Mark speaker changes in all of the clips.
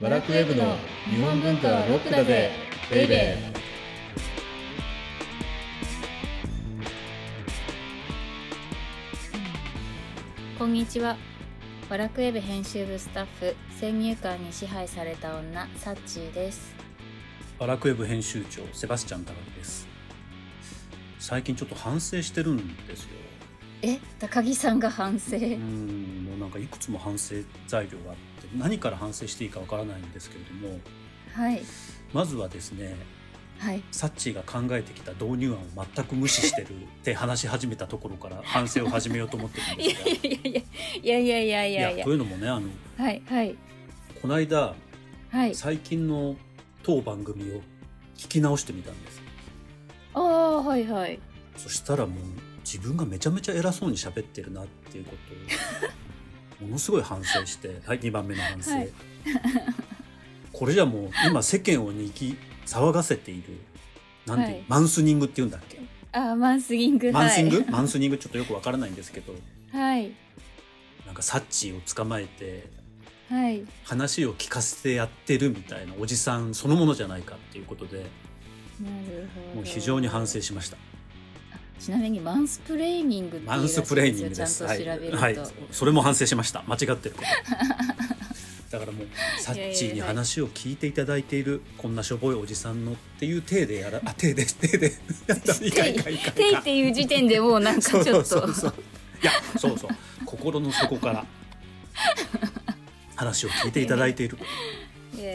Speaker 1: バラクウェブの日本文化はロックだぜベイベー
Speaker 2: こんにちは。ワラクウェブ編集部スタッフ先入観に支配された女サッチーです。
Speaker 3: バラクウェブ編集長セバスチャン高木です最近ちょっと反省してるんですよ
Speaker 2: え、高木さんが反省。
Speaker 3: うーんもうなんかいくつも反省材料があって何から反省していいかわからないんですけれども
Speaker 2: はい
Speaker 3: まずはですね
Speaker 2: はい。
Speaker 3: サッチーが考えてきた導入案を全く無視してるって話し始めたところから反省を始めようと思ってる ん
Speaker 2: い
Speaker 3: ですがい
Speaker 2: やいやいやいやいやいやいや
Speaker 3: というのもねあの
Speaker 2: はいはい
Speaker 3: この間
Speaker 2: はい。
Speaker 3: 最近の当番組を聞き直してみたんです
Speaker 2: ああはいはい。
Speaker 3: そしたらもう自分がめちゃめちゃ偉そうに喋ってるなっていうこ とをものすごい反省してはい2番目の反省、
Speaker 2: はい
Speaker 3: これじゃもう今世間をにき騒がせているなんて、
Speaker 2: はい
Speaker 3: マンスニングっていうんだっけ
Speaker 2: あーマンスギング
Speaker 3: マンスニング、
Speaker 2: はい
Speaker 3: マンスニングちょっとよくわからないんですけど
Speaker 2: はい
Speaker 3: なんかサッチーを捕まえて
Speaker 2: はい
Speaker 3: 話を聞かせてやってるみたいなおじさんそのものじゃないかっていうことで
Speaker 2: なるほど。
Speaker 3: もう非常に反省しました
Speaker 2: ちなみにマンスプレーニングっていう
Speaker 3: マ
Speaker 2: ら
Speaker 3: ン
Speaker 2: しい
Speaker 3: ス
Speaker 2: です
Speaker 3: プ
Speaker 2: よ
Speaker 3: レーニングです。
Speaker 2: ちゃんと調べると。
Speaker 3: はい、はい、それも反省しました。間違ってる こと。だからもうサッチーに話を聞いていただいているこんなしょぼいおじさんのっていう体でやらあ手で手でやったいかんいかんいかん
Speaker 2: てい
Speaker 3: いかん
Speaker 2: っていう時点でもうなん
Speaker 3: そ
Speaker 2: か
Speaker 3: う
Speaker 2: ちょ
Speaker 3: そう
Speaker 2: っと
Speaker 3: そうそういやそうそう心の底から話を聞いていただいている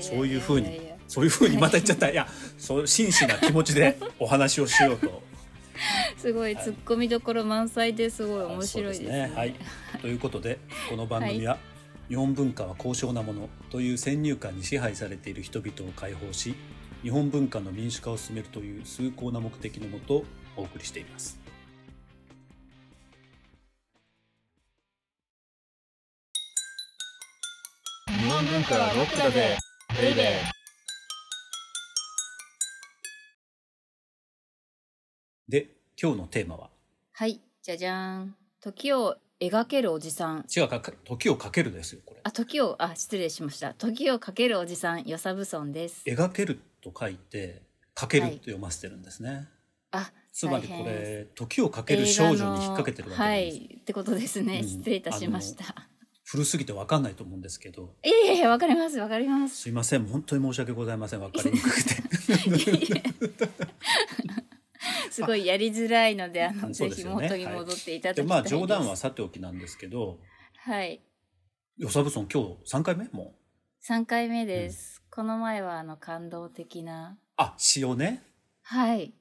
Speaker 3: そういう風にそういうふうにまた言っちゃったいやそう真摯な気持ちでお話をしようと
Speaker 2: すごい突っ込みどころ満載ですごい面白いですね。
Speaker 3: はい。ということで、この番組は、日本文化は高尚なものという先入観に支配されている人々を解放し、日本文化の民主化を進めるという崇高な目的のもとお送りしています。
Speaker 1: 日本文化はロックだぜベイベー
Speaker 3: で、今日のテーマは、
Speaker 2: はい、じゃじゃーん。時を描けるおじさん。
Speaker 3: 違うかか時をかけるですよ、これ。
Speaker 2: あ、時を、あ、失礼しました。時をかけるおじさん、よさぶそんです。
Speaker 3: 描けると書いて、かけると読ませてるんですね。
Speaker 2: あ、
Speaker 3: つまり
Speaker 2: 大変
Speaker 3: これ、時をかける少女に引っ掛けてるわけ
Speaker 2: は
Speaker 3: です。
Speaker 2: い、ってことですね。
Speaker 3: うん
Speaker 2: 失礼いたしました。
Speaker 3: 古すぎてわかんないと思うんですけど、
Speaker 2: いやいやいや、わかります、わかり ます。
Speaker 3: すいません、本当に申し訳ございません、わかりにくく て。
Speaker 2: すごいやりづらいので、あの、
Speaker 3: そう
Speaker 2: ぜ
Speaker 3: です
Speaker 2: ひ
Speaker 3: よね
Speaker 2: 元に戻っていただきたいで
Speaker 3: で
Speaker 2: す。
Speaker 3: まあ冗談は。さておきなんですけど
Speaker 2: はい。
Speaker 3: 与謝ソン今日3回目もう
Speaker 2: 3回目です。この前は、あの、感動的な。
Speaker 3: あ詩をね
Speaker 2: はい。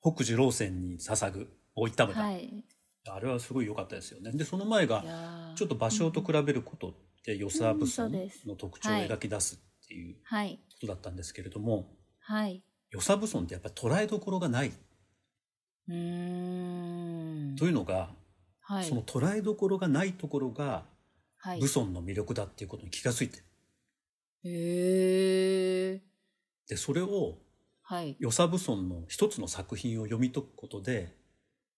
Speaker 3: 北樹老泉に捧ぐを言ったぶた、
Speaker 2: はい。
Speaker 3: あれはすごい良かったですよねでその前がちょっと
Speaker 2: 場
Speaker 3: 芭
Speaker 2: 所
Speaker 3: 蕉と比べることって与謝ソン
Speaker 2: うんそうです
Speaker 3: の特徴を描き出すっていう
Speaker 2: はい。
Speaker 3: ことだったんですけれども
Speaker 2: はい。
Speaker 3: 与謝ソンってやっぱり捉えどころがないう
Speaker 2: ーん。
Speaker 3: というのが、
Speaker 2: は
Speaker 3: その捉えどころがないところが
Speaker 2: はい
Speaker 3: 武。尊の魅力だっていうことに気がついてる
Speaker 2: へえ。
Speaker 3: でそれを
Speaker 2: はい。
Speaker 3: 与謝ソンの一つの作品を読み解くことで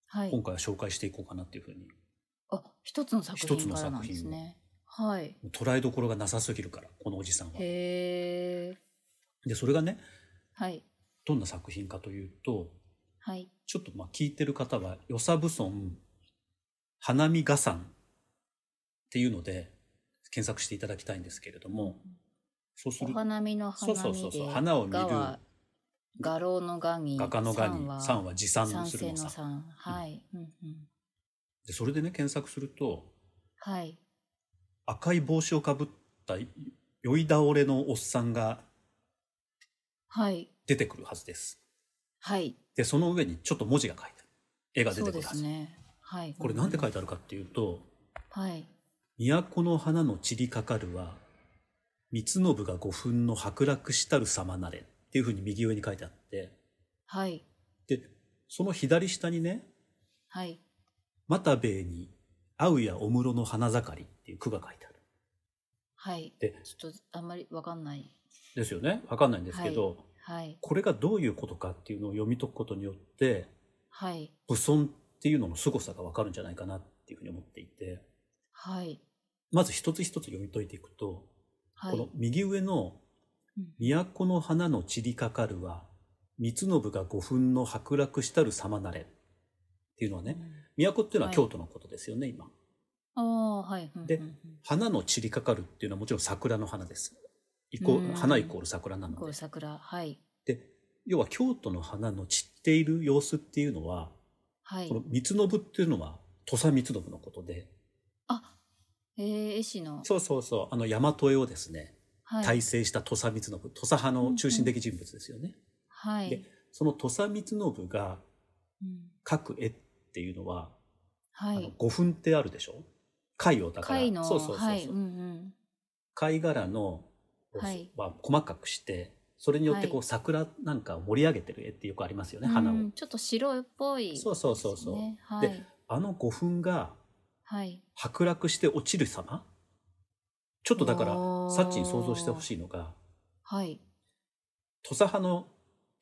Speaker 2: は
Speaker 3: 今
Speaker 2: い。
Speaker 3: 回は紹介していこうかなっていうふうに
Speaker 2: あ、一つの作
Speaker 3: 一つ
Speaker 2: 品
Speaker 3: の
Speaker 2: からなん
Speaker 3: 作品
Speaker 2: ですね。はい。
Speaker 3: 捉えどころがなさすぎるからこのおじさんは。
Speaker 2: へえ。
Speaker 3: でそれがね
Speaker 2: はい。
Speaker 3: どんな作品かというと
Speaker 2: はい。
Speaker 3: ちょっとまあ聞いてる方は「与謝蕪村花見画山」っていうので検索していただきたいんですけれどもそうす
Speaker 2: お
Speaker 3: る
Speaker 2: 花見の花見で。
Speaker 3: そうそうそうそう花を見る
Speaker 2: がは画廊の画に。
Speaker 3: 画家の画に「
Speaker 2: 三
Speaker 3: 山」
Speaker 2: は。
Speaker 3: は持参
Speaker 2: 賛
Speaker 3: する
Speaker 2: 成
Speaker 3: の
Speaker 2: の
Speaker 3: さ
Speaker 2: 三。はい。うんうん。
Speaker 3: でそれでね検索すると
Speaker 2: はい。
Speaker 3: 赤い帽子をかぶった酔い倒れのおっさんが
Speaker 2: はい。
Speaker 3: 出てくるはずです。
Speaker 2: はい。
Speaker 3: でその上にちょっと文字が書いてある絵が出
Speaker 2: そう
Speaker 3: てく
Speaker 2: で
Speaker 3: るは
Speaker 2: す
Speaker 3: ず。
Speaker 2: ね。はい。
Speaker 3: これなんて書
Speaker 2: い
Speaker 3: いてあるかっていうと
Speaker 2: はい。
Speaker 3: 都の花の散りかかるは、三信が五分の剥落したる様なれっていうふうに右上に書いてあって、
Speaker 2: はい。
Speaker 3: で、その左下にね、
Speaker 2: はい。
Speaker 3: 又兵衛に会うやお室の花盛りっていう句が書いてある。
Speaker 2: はい。
Speaker 3: で
Speaker 2: ちょっとあんまりわかんない。
Speaker 3: ですよね。わかんないんですけど、
Speaker 2: はい。
Speaker 3: これがどういうことかっていうのを読み解くことによって、
Speaker 2: はい。
Speaker 3: 武尊っていうのの凄さがわかるんじゃないかなっていうふうに思っていて、
Speaker 2: はい。
Speaker 3: まず一つ一つ読み解いていくと、
Speaker 2: は
Speaker 3: こ
Speaker 2: い。
Speaker 3: の右上の
Speaker 2: うん
Speaker 3: 都の花の散りかかるは、三信が五分の剥落したる様なれ。っていうのはね、都っていうのは
Speaker 2: はい
Speaker 3: 京都のことですよね、今。
Speaker 2: ああはい、うん
Speaker 3: で
Speaker 2: うんうん
Speaker 3: 花の散りかかるっていうのはもちろん桜の花です。イコー
Speaker 2: う
Speaker 3: ル
Speaker 2: ん
Speaker 3: 花イコール桜なの
Speaker 2: こ
Speaker 3: で
Speaker 2: れ。桜はい
Speaker 3: で、要は京都の花の散っている様子っていうのは、
Speaker 2: はい
Speaker 3: この三信っていうのは土佐三信のことで、
Speaker 2: あえー、絵師の
Speaker 3: そうそうそう、あの大和絵をですね、
Speaker 2: はい
Speaker 3: 大成した土佐三信、土佐派の中心的人物ですよね。
Speaker 2: はい、
Speaker 3: でその土佐三信が
Speaker 2: うん
Speaker 3: 描く絵っていうのは、
Speaker 2: は
Speaker 3: あの
Speaker 2: い
Speaker 3: 五分ってあるでしょ貝をだから
Speaker 2: 貝の
Speaker 3: そうそうそうそう、
Speaker 2: はいうんうん
Speaker 3: 貝殻の、
Speaker 2: はい
Speaker 3: まあ、細かくしてそれによってこう、
Speaker 2: は
Speaker 3: 桜なんかを盛り上げてる絵ってよくありますよね花を、
Speaker 2: うん、ちょっと白っぽい、
Speaker 3: そうそうそうそう、
Speaker 2: ね、は
Speaker 3: で
Speaker 2: い
Speaker 3: あの五分が
Speaker 2: はい
Speaker 3: 剥落して落ちる様ちょっとだから
Speaker 2: おー
Speaker 3: サッチに想像してほしいのが
Speaker 2: はい
Speaker 3: 土佐派の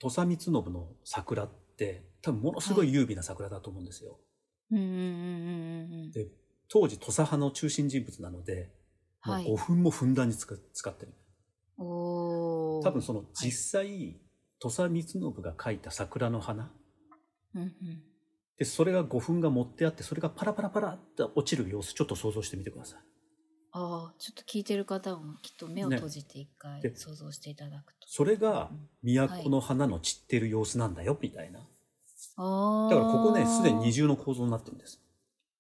Speaker 3: 土佐光信の桜って多分ものすごい優美な桜だと思うんですよ、
Speaker 2: うんうんうんうんうんうん
Speaker 3: で当時土佐派の中心人物なので、もう
Speaker 2: はい
Speaker 3: 5分もふんだんに使使ってる
Speaker 2: おお
Speaker 3: 多分その実際、土佐光信が描いた桜の花
Speaker 2: うんうん
Speaker 3: でそれが5分が持ってあってそれがパラパラパラって落ちる様子ちょっと想像してみてください
Speaker 2: ああちょっと聞いてる方もきっと目を
Speaker 3: ね
Speaker 2: 閉じて一回
Speaker 3: で
Speaker 2: 想像していただくと、
Speaker 3: それが
Speaker 2: うん
Speaker 3: 都の花の散ってる様子なんだよみたいな、
Speaker 2: ああ
Speaker 3: だからここねすでに二重の構造になってるんです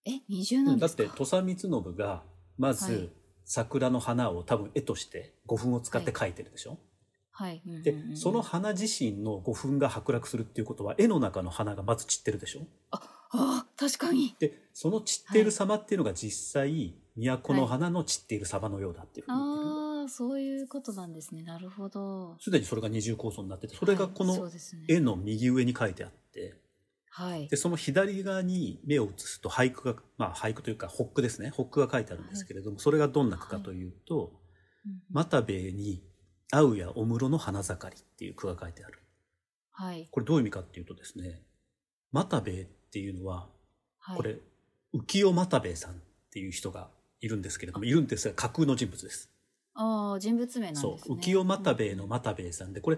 Speaker 2: え二重なんで
Speaker 3: だっ
Speaker 2: すか
Speaker 3: て土佐光信がまず、
Speaker 2: はい
Speaker 3: 桜の花を多分絵として5分を使って描いてるでしょ、
Speaker 2: はい、うんうんうん
Speaker 3: で、その花自身の五分が剥落するっていうことは、絵の中の花がまず散ってるでしょ
Speaker 2: ああ確かに
Speaker 3: で、その散っている様っていうのが実際、都の花の散っている様のようだっていうふうに言ってる。
Speaker 2: ああそういうことなんですねなるほど
Speaker 3: すでにそれが二重構造になってて、それがこ
Speaker 2: はいそう
Speaker 3: の
Speaker 2: ですね
Speaker 3: 絵の右上に書いてあって、
Speaker 2: はい
Speaker 3: で、その左側に目を移すと俳句が、まあ俳句というか、ホックですね。ホックが書いてあるんですけれども、それがどんな句かというと、
Speaker 2: うん
Speaker 3: 又兵衛に、会うやお室の花盛りっていう句が書いてある。
Speaker 2: はい
Speaker 3: これどういう意味かっていうとですね、又兵衛っていうのは、
Speaker 2: はい
Speaker 3: これ、浮世又兵衛さんっていう人がいるんですけれども、いるんですが架空の人物です。
Speaker 2: ああ人物名なんです
Speaker 3: そ
Speaker 2: ね
Speaker 3: う、浮世又兵衛の又兵衛さんで、これ、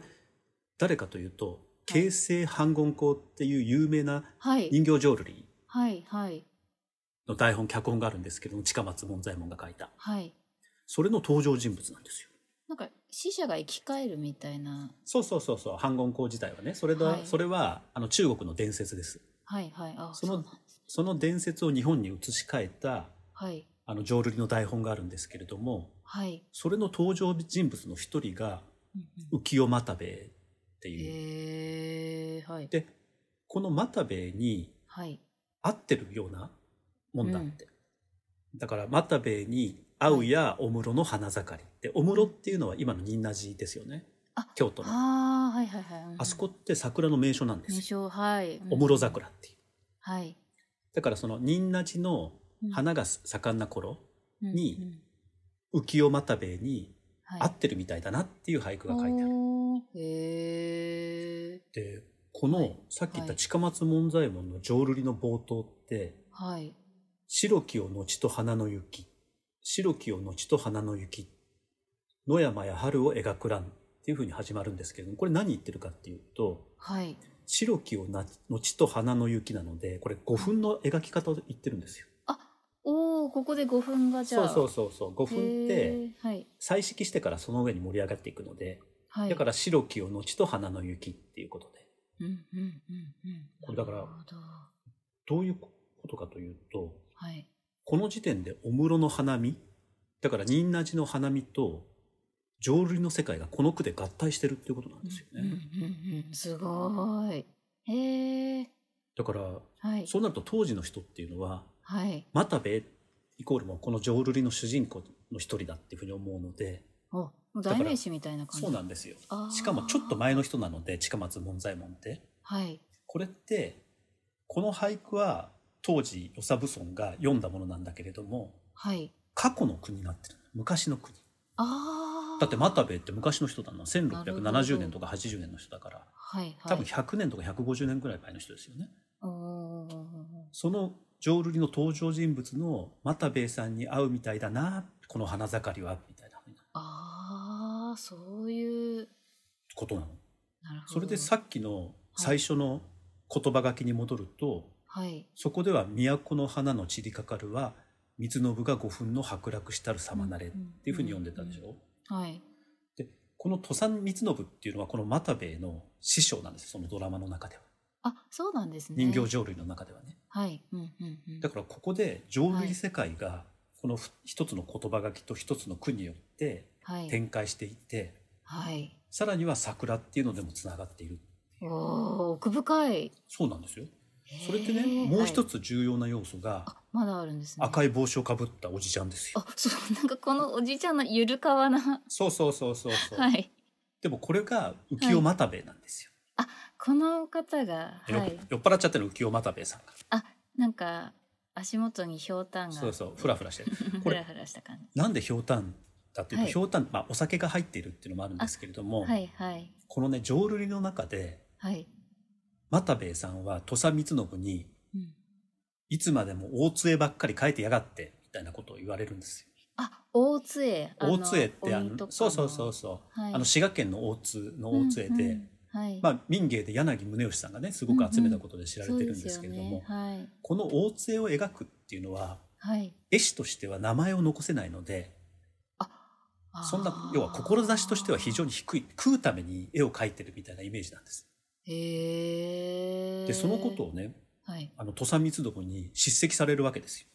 Speaker 3: 誰かというと、京成反言公っていう有名な
Speaker 2: はい
Speaker 3: 人形浄瑠璃
Speaker 2: はいはい
Speaker 3: の台本、脚本があるんですけれども、近松門左衛門が書いた。
Speaker 2: はい
Speaker 3: それの登場人物なんですよ。
Speaker 2: なんか死者が生き返るみたいな
Speaker 3: そうそうそうそう、反言公自体はね、それだ、
Speaker 2: はい
Speaker 3: それは、あの、中国の伝説です。
Speaker 2: はいはいあそ
Speaker 3: その
Speaker 2: うなんです
Speaker 3: その伝説を日本に移し替えた、
Speaker 2: はい
Speaker 3: あの、浄瑠璃の台本があるんですけれども、
Speaker 2: はい、
Speaker 3: それの登場人物の一人が、
Speaker 2: うんうん
Speaker 3: 浮世又兵衛っていう。
Speaker 2: へえはい
Speaker 3: で、この又兵衛に
Speaker 2: はい
Speaker 3: 合ってるようなもんだって。だから又兵衛に合うやお室の花盛りって、お室っていうのは今の仁和寺ですよね
Speaker 2: あ。
Speaker 3: 京都の。
Speaker 2: ああはいはいはい、うん
Speaker 3: あそこって桜の名所なんです
Speaker 2: 名
Speaker 3: よ。
Speaker 2: 称はい、うん
Speaker 3: お室桜っていう。
Speaker 2: はい
Speaker 3: だからその仁和寺の花が盛んな頃、に
Speaker 2: うんうん
Speaker 3: 浮世又兵衛に
Speaker 2: はい
Speaker 3: 合ってるみたいだなっていう俳句が書いてある。
Speaker 2: おーへえ
Speaker 3: で、こ
Speaker 2: はい
Speaker 3: のさっき言った近松門左衛門の浄瑠璃の冒頭って、
Speaker 2: はい
Speaker 3: 白きを後と花の雪白きを後と花の雪野山や春を描くらんっていうふうに始まるんですけれどもこれ何言ってるかっていうと
Speaker 2: はい
Speaker 3: 白きをな後と花の雪なのでこれ5分の描き方を言ってるんですよ。
Speaker 2: おおここで5分がじゃ
Speaker 3: そ
Speaker 2: あ
Speaker 3: うそう
Speaker 2: う
Speaker 3: そうそう5分って
Speaker 2: はい
Speaker 3: 彩色してからその上に盛り上がっていくので
Speaker 2: はい
Speaker 3: だからら白きを後と花の雪っていうことで
Speaker 2: うんうんうんうん
Speaker 3: これだから
Speaker 2: なるほど
Speaker 3: どういうことかというと
Speaker 2: はい
Speaker 3: この時点でお室の花見だから仁和寺の花見と浄瑠璃の世界がこの句で合体してるっていうことなんですよ
Speaker 2: う
Speaker 3: ね、
Speaker 2: んうんうんうんすごいへえ
Speaker 3: だから
Speaker 2: はい
Speaker 3: そうなると当時の人っていうのは
Speaker 2: はい
Speaker 3: 又兵衛イコールもうこの浄瑠璃の主人公の一人だっていうふうに思うので
Speaker 2: お
Speaker 3: だから
Speaker 2: 代名詞みたいな感じ
Speaker 3: そうなんですよ
Speaker 2: あー
Speaker 3: しかもちょっと前の人なので近松門左衛門って
Speaker 2: はい
Speaker 3: これってこの俳句は当時与謝蕪村が読んだものなんだけれども
Speaker 2: はい
Speaker 3: 過去の句になってる昔の国
Speaker 2: ああ
Speaker 3: だって又兵衛って昔の人だな
Speaker 2: なるほど
Speaker 3: 1670年とか80年の人だから
Speaker 2: はいはい
Speaker 3: 多分100年とか150年ぐらい前の人ですよね、
Speaker 2: おお
Speaker 3: その浄瑠璃の登場人物の又兵衛さんに会うみたいだなこの花盛りはみたいな
Speaker 2: ああそういう
Speaker 3: ことなの。
Speaker 2: なるほど
Speaker 3: それでさっきの最初の言葉書きに戻ると、
Speaker 2: はい
Speaker 3: そこでは都の花の散りかかるは光信が五分の剥落したる様なれっていうふうに読んでたでしょ、
Speaker 2: はい
Speaker 3: でこの土佐光信っていうのはこの又兵衛の師匠なんですよそのドラマの中では
Speaker 2: あそうなんですね
Speaker 3: 人形浄瑠璃の中ではね、
Speaker 2: はいうんうんうん
Speaker 3: だからここで浄瑠璃世界がこのふ一つの言葉書きと一つの句によって
Speaker 2: はい
Speaker 3: 展開していって、
Speaker 2: はい
Speaker 3: さらには桜っていうのでもつながっている
Speaker 2: おお奥深い
Speaker 3: そうなんですよそれって
Speaker 2: へー
Speaker 3: ねもう一
Speaker 2: はい
Speaker 3: つ重要な要素が
Speaker 2: あまだあるんですね
Speaker 3: 赤い帽子をかぶったおじちゃんですよ、
Speaker 2: あそうなんかこのおじいちゃんのゆるかわな
Speaker 3: そうそうそうそうそう、
Speaker 2: はい
Speaker 3: でもこれが浮世又兵衛なんですよ、
Speaker 2: この方が
Speaker 3: よ
Speaker 2: はい
Speaker 3: 酔っ払っちゃってる浮世又兵衛さんが、
Speaker 2: なんか足元にひょうたんが
Speaker 3: そうそうフラフラしてる こ
Speaker 2: ふ
Speaker 3: れ
Speaker 2: らふらした感じ
Speaker 3: なんでひょうたんだっていうと、
Speaker 2: はい
Speaker 3: ひょうたん、まあ、お酒が入っているっていうのもあるんですけれども、
Speaker 2: はいはい
Speaker 3: このね浄瑠璃の中で
Speaker 2: はい、
Speaker 3: 又兵衛さんは土佐光信に
Speaker 2: うん、
Speaker 3: いつまでも大杖ばっかり書いてやがってみたいなことを言われるんですよ。
Speaker 2: あ大杖あの
Speaker 3: 大杖ってあ
Speaker 2: 鬼と
Speaker 3: の
Speaker 2: か
Speaker 3: そうそうそうそう、
Speaker 2: はい
Speaker 3: あの滋賀県の大津の大杖で、
Speaker 2: うんうんはい
Speaker 3: まあ、民芸で柳宗悦さんがねすごく集めたことで知られてるんですけれど
Speaker 2: そ
Speaker 3: も、
Speaker 2: うですよね
Speaker 3: この大杖を描くっていうのは
Speaker 2: はいはい
Speaker 3: 絵師としては名前を残せないのでそんな要は志としては非常
Speaker 2: に
Speaker 3: に低い食うために絵を描いてるみたいなイメージなんです。
Speaker 2: へえ
Speaker 3: でそのことをね
Speaker 2: はい
Speaker 3: あの土佐光信に叱責されるわけですよ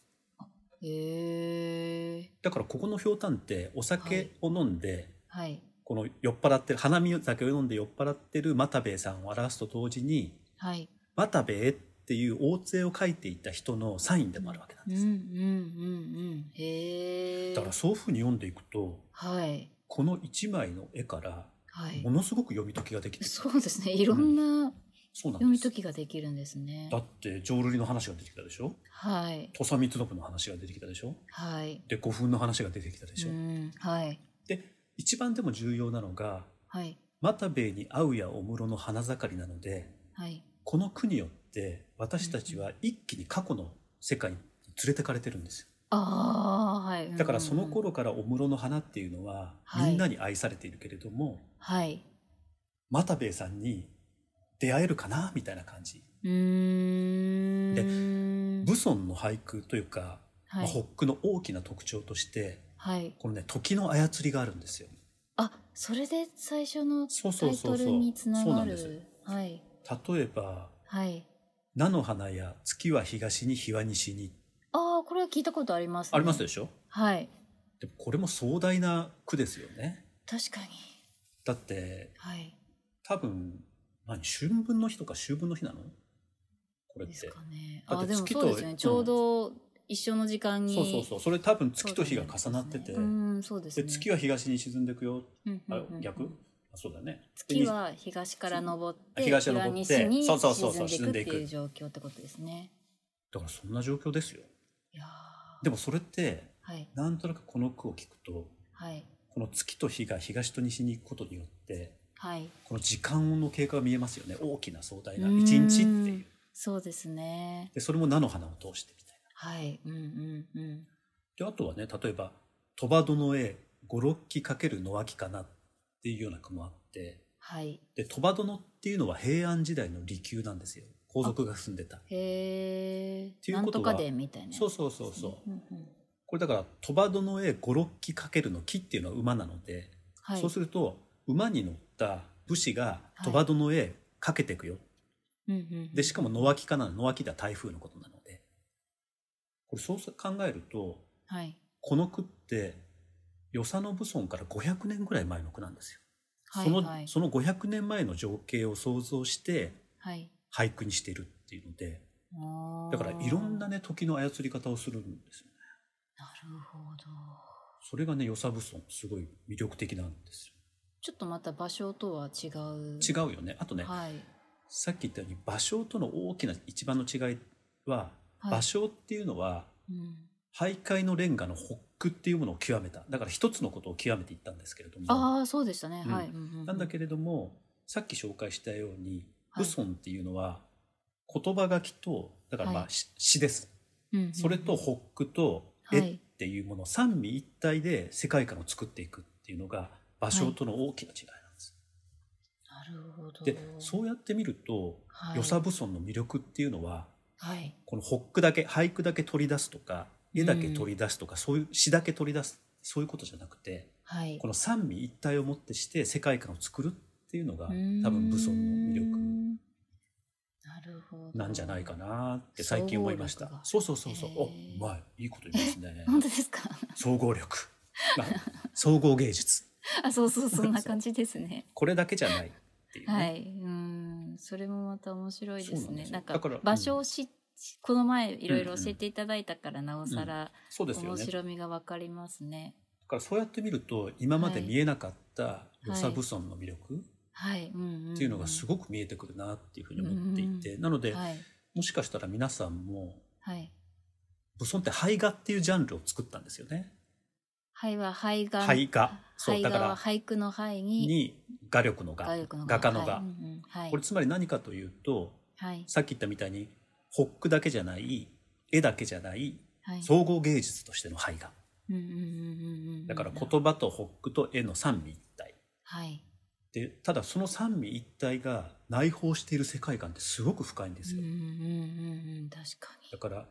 Speaker 2: へえ
Speaker 3: だからここのひょうたんってお酒を飲んで、
Speaker 2: はい
Speaker 3: この酔っ払ってる花見酒を飲んで酔っ払ってる又兵衛さんを表すと同時に
Speaker 2: はい
Speaker 3: 又兵衛っていう大杖を描いていた人のサインでもあるわけなん
Speaker 2: うん
Speaker 3: で
Speaker 2: うん
Speaker 3: す、
Speaker 2: うんうんへえ
Speaker 3: だからそういうふうに読んでいくと
Speaker 2: はい
Speaker 3: この一枚の絵から
Speaker 2: はい
Speaker 3: ものすごく読み解きができてくる
Speaker 2: そうですねいろんな
Speaker 3: そう
Speaker 2: 読
Speaker 3: なんで
Speaker 2: み
Speaker 3: す
Speaker 2: 解きができるんですね
Speaker 3: だって浄瑠璃の話が出てきたでしょ
Speaker 2: はい
Speaker 3: 土佐光信の話が出てきたでしょ
Speaker 2: はい
Speaker 3: で古墳の話が出てきたでしょ、
Speaker 2: うんはい
Speaker 3: で一番でも重要なのが
Speaker 2: はい
Speaker 3: 又兵衛に会うやお室の花盛りなので
Speaker 2: はい
Speaker 3: この句によって私たちは一気に過去の世界に連れてかれてるんですよ
Speaker 2: ああはい
Speaker 3: だからその頃からお室の花っていうのは
Speaker 2: はい
Speaker 3: みんなに愛されているけれども、
Speaker 2: はい
Speaker 3: 又兵衛さんに出会えるかなみたいな感じ
Speaker 2: うーん
Speaker 3: 武尊の俳句というか、
Speaker 2: は
Speaker 3: まあ
Speaker 2: い
Speaker 3: 北句の大きな特徴として
Speaker 2: はい
Speaker 3: このね時の操りがあるんですよ
Speaker 2: あそれで最初の
Speaker 3: そうそ
Speaker 2: タ
Speaker 3: う
Speaker 2: イ
Speaker 3: そ
Speaker 2: ト
Speaker 3: う
Speaker 2: ル
Speaker 3: そう
Speaker 2: につな
Speaker 3: そうな
Speaker 2: が
Speaker 3: んです
Speaker 2: るはい
Speaker 3: 例えば
Speaker 2: はい
Speaker 3: 菜の花や月は東に日は西に
Speaker 2: ああこれは聞いたことありますね
Speaker 3: ありますでしょ
Speaker 2: はい
Speaker 3: でもこれも壮大な句ですよね
Speaker 2: 確かに
Speaker 3: だって
Speaker 2: はい
Speaker 3: 多分何春分の日とか秋分の日なのこれっ
Speaker 2: で
Speaker 3: て
Speaker 2: すかね
Speaker 3: だっ
Speaker 2: あ
Speaker 3: て
Speaker 2: でも
Speaker 3: 月
Speaker 2: そ
Speaker 3: と
Speaker 2: うですよねちょうど一緒の時間に
Speaker 3: そうそうそうそれ多分月と日が重なってて、
Speaker 2: うんそうです
Speaker 3: で
Speaker 2: ね
Speaker 3: 月は東に沈んでいくよ
Speaker 2: うんうん
Speaker 3: あ
Speaker 2: うんうん
Speaker 3: 逆あそうだねで
Speaker 2: 月は東から登って
Speaker 3: 東から登って
Speaker 2: 日は西に
Speaker 3: そうそうそうそう
Speaker 2: 沈んでいくって
Speaker 3: 沈んで
Speaker 2: い
Speaker 3: いうく
Speaker 2: 状況ってことですね
Speaker 3: だからそんな状況ですよ
Speaker 2: いやー
Speaker 3: でもそれって
Speaker 2: はい
Speaker 3: なんとなくこの句を聞くと
Speaker 2: はい
Speaker 3: この月と日が東と西に行くことによって
Speaker 2: はい
Speaker 3: この時間の経過が見えますよね大きな壮大な一日って
Speaker 2: う
Speaker 3: いうん
Speaker 2: そうですね
Speaker 3: でそれも菜の花を通してみたい
Speaker 2: はいうんうんうん
Speaker 3: なであとはね例えば「鳥羽殿へ五六期かける野脇かな」っていうような句もあって
Speaker 2: はい
Speaker 3: で鳥羽殿っていうのは平安時代の利休なんですよ皇族が住んでた、
Speaker 2: へえ
Speaker 3: てい
Speaker 2: な
Speaker 3: うんことと
Speaker 2: か
Speaker 3: は
Speaker 2: でみたいな
Speaker 3: そうそうそうそう、
Speaker 2: んうん
Speaker 3: これだから「鳥羽殿へ五六騎かける」の騎っていうのは馬なので、
Speaker 2: はい
Speaker 3: そうすると馬に乗った武士が
Speaker 2: はい
Speaker 3: 鳥羽殿へかけていくよ、
Speaker 2: うんうんうん
Speaker 3: でしかも野脇かな野脇では台風のことなのでこれそう考えると
Speaker 2: はい
Speaker 3: この句って与謝野武村から500年ぐらい前の句なんですよ、
Speaker 2: はい
Speaker 3: そ
Speaker 2: はい
Speaker 3: のその500年前の情景を想像して
Speaker 2: はい
Speaker 3: 俳句にしているっていうので
Speaker 2: あー
Speaker 3: だからいろんなね時の操り方をするんですよね
Speaker 2: なるほど
Speaker 3: それがね与謝武村すごい魅力的なんですよ
Speaker 2: ちょっとまた場所とは違う
Speaker 3: 違うよねあとね、
Speaker 2: はい
Speaker 3: さっき言ったように芭蕉との大きな一番の違いは、
Speaker 2: はい
Speaker 3: 芭蕉っていうのは
Speaker 2: うん
Speaker 3: 徘徊のレンガの北区っていうものを極めただから一つのことを極めていったんですけれども
Speaker 2: ああそうでしたね
Speaker 3: うん
Speaker 2: はいうんうう
Speaker 3: なんだけれどもさっき紹介したように
Speaker 2: はい
Speaker 3: 武尊っていうのは言葉書きとだからまあ
Speaker 2: はい
Speaker 3: 詩、詩です
Speaker 2: うんうんうん
Speaker 3: それと北区と
Speaker 2: は
Speaker 3: 絵
Speaker 2: い
Speaker 3: っていうものを三位一体で世界観を作っていくっていうのが芭蕉との大きな違いなんです。
Speaker 2: るほど
Speaker 3: でそうやって見ると
Speaker 2: はい
Speaker 3: 与謝蕪村の魅力っていうのは
Speaker 2: はい
Speaker 3: このホックだけ俳句だけ取り出すとか絵だけ取り出すとか、そういう詩だけ取り出すそういうことじゃなくて
Speaker 2: はい
Speaker 3: この三位一体をもってして世界観を作るっていうのが多分武尊の
Speaker 2: う
Speaker 3: 魅
Speaker 2: ー
Speaker 3: 力
Speaker 2: んなるほど
Speaker 3: なんじゃないかなって最近思いまし
Speaker 2: 総合
Speaker 3: た
Speaker 2: 力が
Speaker 3: そうそうそうそう
Speaker 2: へー
Speaker 3: おうまいいいこと言いますね
Speaker 2: 本当ですか
Speaker 3: 総合力あ総合芸術
Speaker 2: あそうそうそんな感じですね
Speaker 3: これだけじゃないっていうね、
Speaker 2: はい、うん、それもまた面白いです
Speaker 3: そうなん
Speaker 2: ね。
Speaker 3: ですよ
Speaker 2: なんか
Speaker 3: だから
Speaker 2: 場所をし、この前いろいろ教えていただいたから、なおさら、
Speaker 3: そうですよ
Speaker 2: 面
Speaker 3: ねだ
Speaker 2: 白みがわかりますね。
Speaker 3: からそうやって見ると今まで見えなかった与謝蕪村の魅力、
Speaker 2: はい、うん、うん、
Speaker 3: っていうのがすごく見えてくるなっていうふうに思っていて、なので、
Speaker 2: はい、
Speaker 3: もしかしたら皆さんも
Speaker 2: はい、
Speaker 3: 武尊って絵画っていうジャンルを作ったんですよね。
Speaker 2: はいは肺が。
Speaker 3: 絵画そう
Speaker 2: 肺
Speaker 3: だか
Speaker 2: がは
Speaker 3: ら
Speaker 2: 俳句の肺に。
Speaker 3: に画力の画
Speaker 2: 画力の
Speaker 3: 画家の画、
Speaker 2: はいうんうんはい
Speaker 3: これつまり何かというと
Speaker 2: はい、
Speaker 3: さっき言ったみたいにホックだけじゃない絵だけじゃない
Speaker 2: はい、
Speaker 3: 総合芸術としての絵画
Speaker 2: うん、うん、うん、うん、うん。
Speaker 3: だから言葉とホックと絵の三位一体
Speaker 2: はい。
Speaker 3: でただその三位一体が内包している世界観ってすごく深いんです
Speaker 2: うん、
Speaker 3: よ、
Speaker 2: うん、うん、うん、確かに。
Speaker 3: だから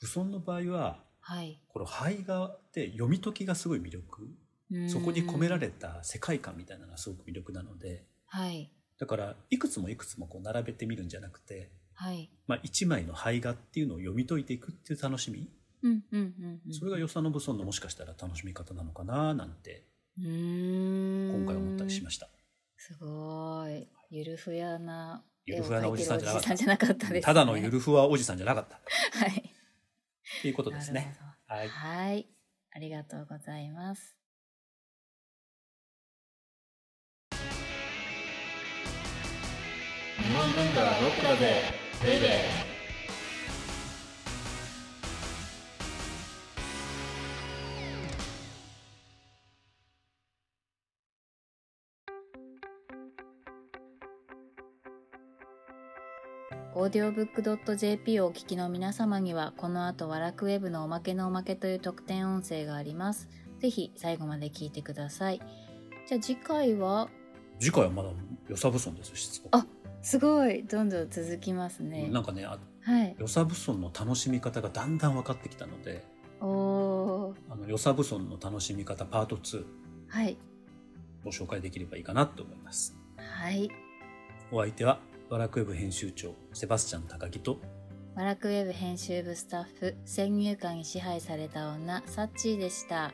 Speaker 3: 武尊の場合は
Speaker 2: はい。
Speaker 3: この絵画って読み解きがすごい魅力
Speaker 2: うん
Speaker 3: そこに込められ。た世界観みたいなのがすごく魅力なので
Speaker 2: はい、
Speaker 3: だからいくつもいくつもこう並べてみるんじゃなくて、
Speaker 2: はい。
Speaker 3: まあ、一枚の絵画っていうのを読み解いていくっていう楽しみ
Speaker 2: うん、うん、うん、うん。
Speaker 3: それが与謝信村のもしかしたら楽しみ方なのかななんて
Speaker 2: 今
Speaker 3: 今回思ったりしました
Speaker 2: すごい。ゆるふやな。
Speaker 3: ゆるふやなおじさんじゃなかっ
Speaker 2: 絵を
Speaker 3: た
Speaker 2: 描いてるおじさんじゃなかったです、ね。
Speaker 3: ただのゆ。るふわおじさんじゃなかった
Speaker 2: はい。
Speaker 3: っていうことですね。
Speaker 2: な
Speaker 3: は
Speaker 2: る
Speaker 3: い
Speaker 2: ほど。はい。ありがとうございます。
Speaker 1: 日本文化はロックだぜベイベー
Speaker 2: オーディオブックドット JP をお聞きの皆様には、この後、ワラクウェブのおまけのおまけという特典音声があります。ぜひ、最後まで聞いてください。じゃあ次回は、
Speaker 3: 次回はまだ与謝蕪村ですよしつこく
Speaker 2: あすごい、どんどん続きますね。
Speaker 3: なんかねあ
Speaker 2: はい。
Speaker 3: 与謝蕪村の楽しみ方がだんだん分かってきたので
Speaker 2: おー。
Speaker 3: あの与謝蕪村の楽しみ方パート2
Speaker 2: はい。
Speaker 3: ご紹介できればいいかなと思います。
Speaker 2: はい。
Speaker 3: お相手はワラクウェブ編集長セバスチャン高木と
Speaker 2: ワラクウェブ編集部スタッフ先入観に支配された女サッチーでした。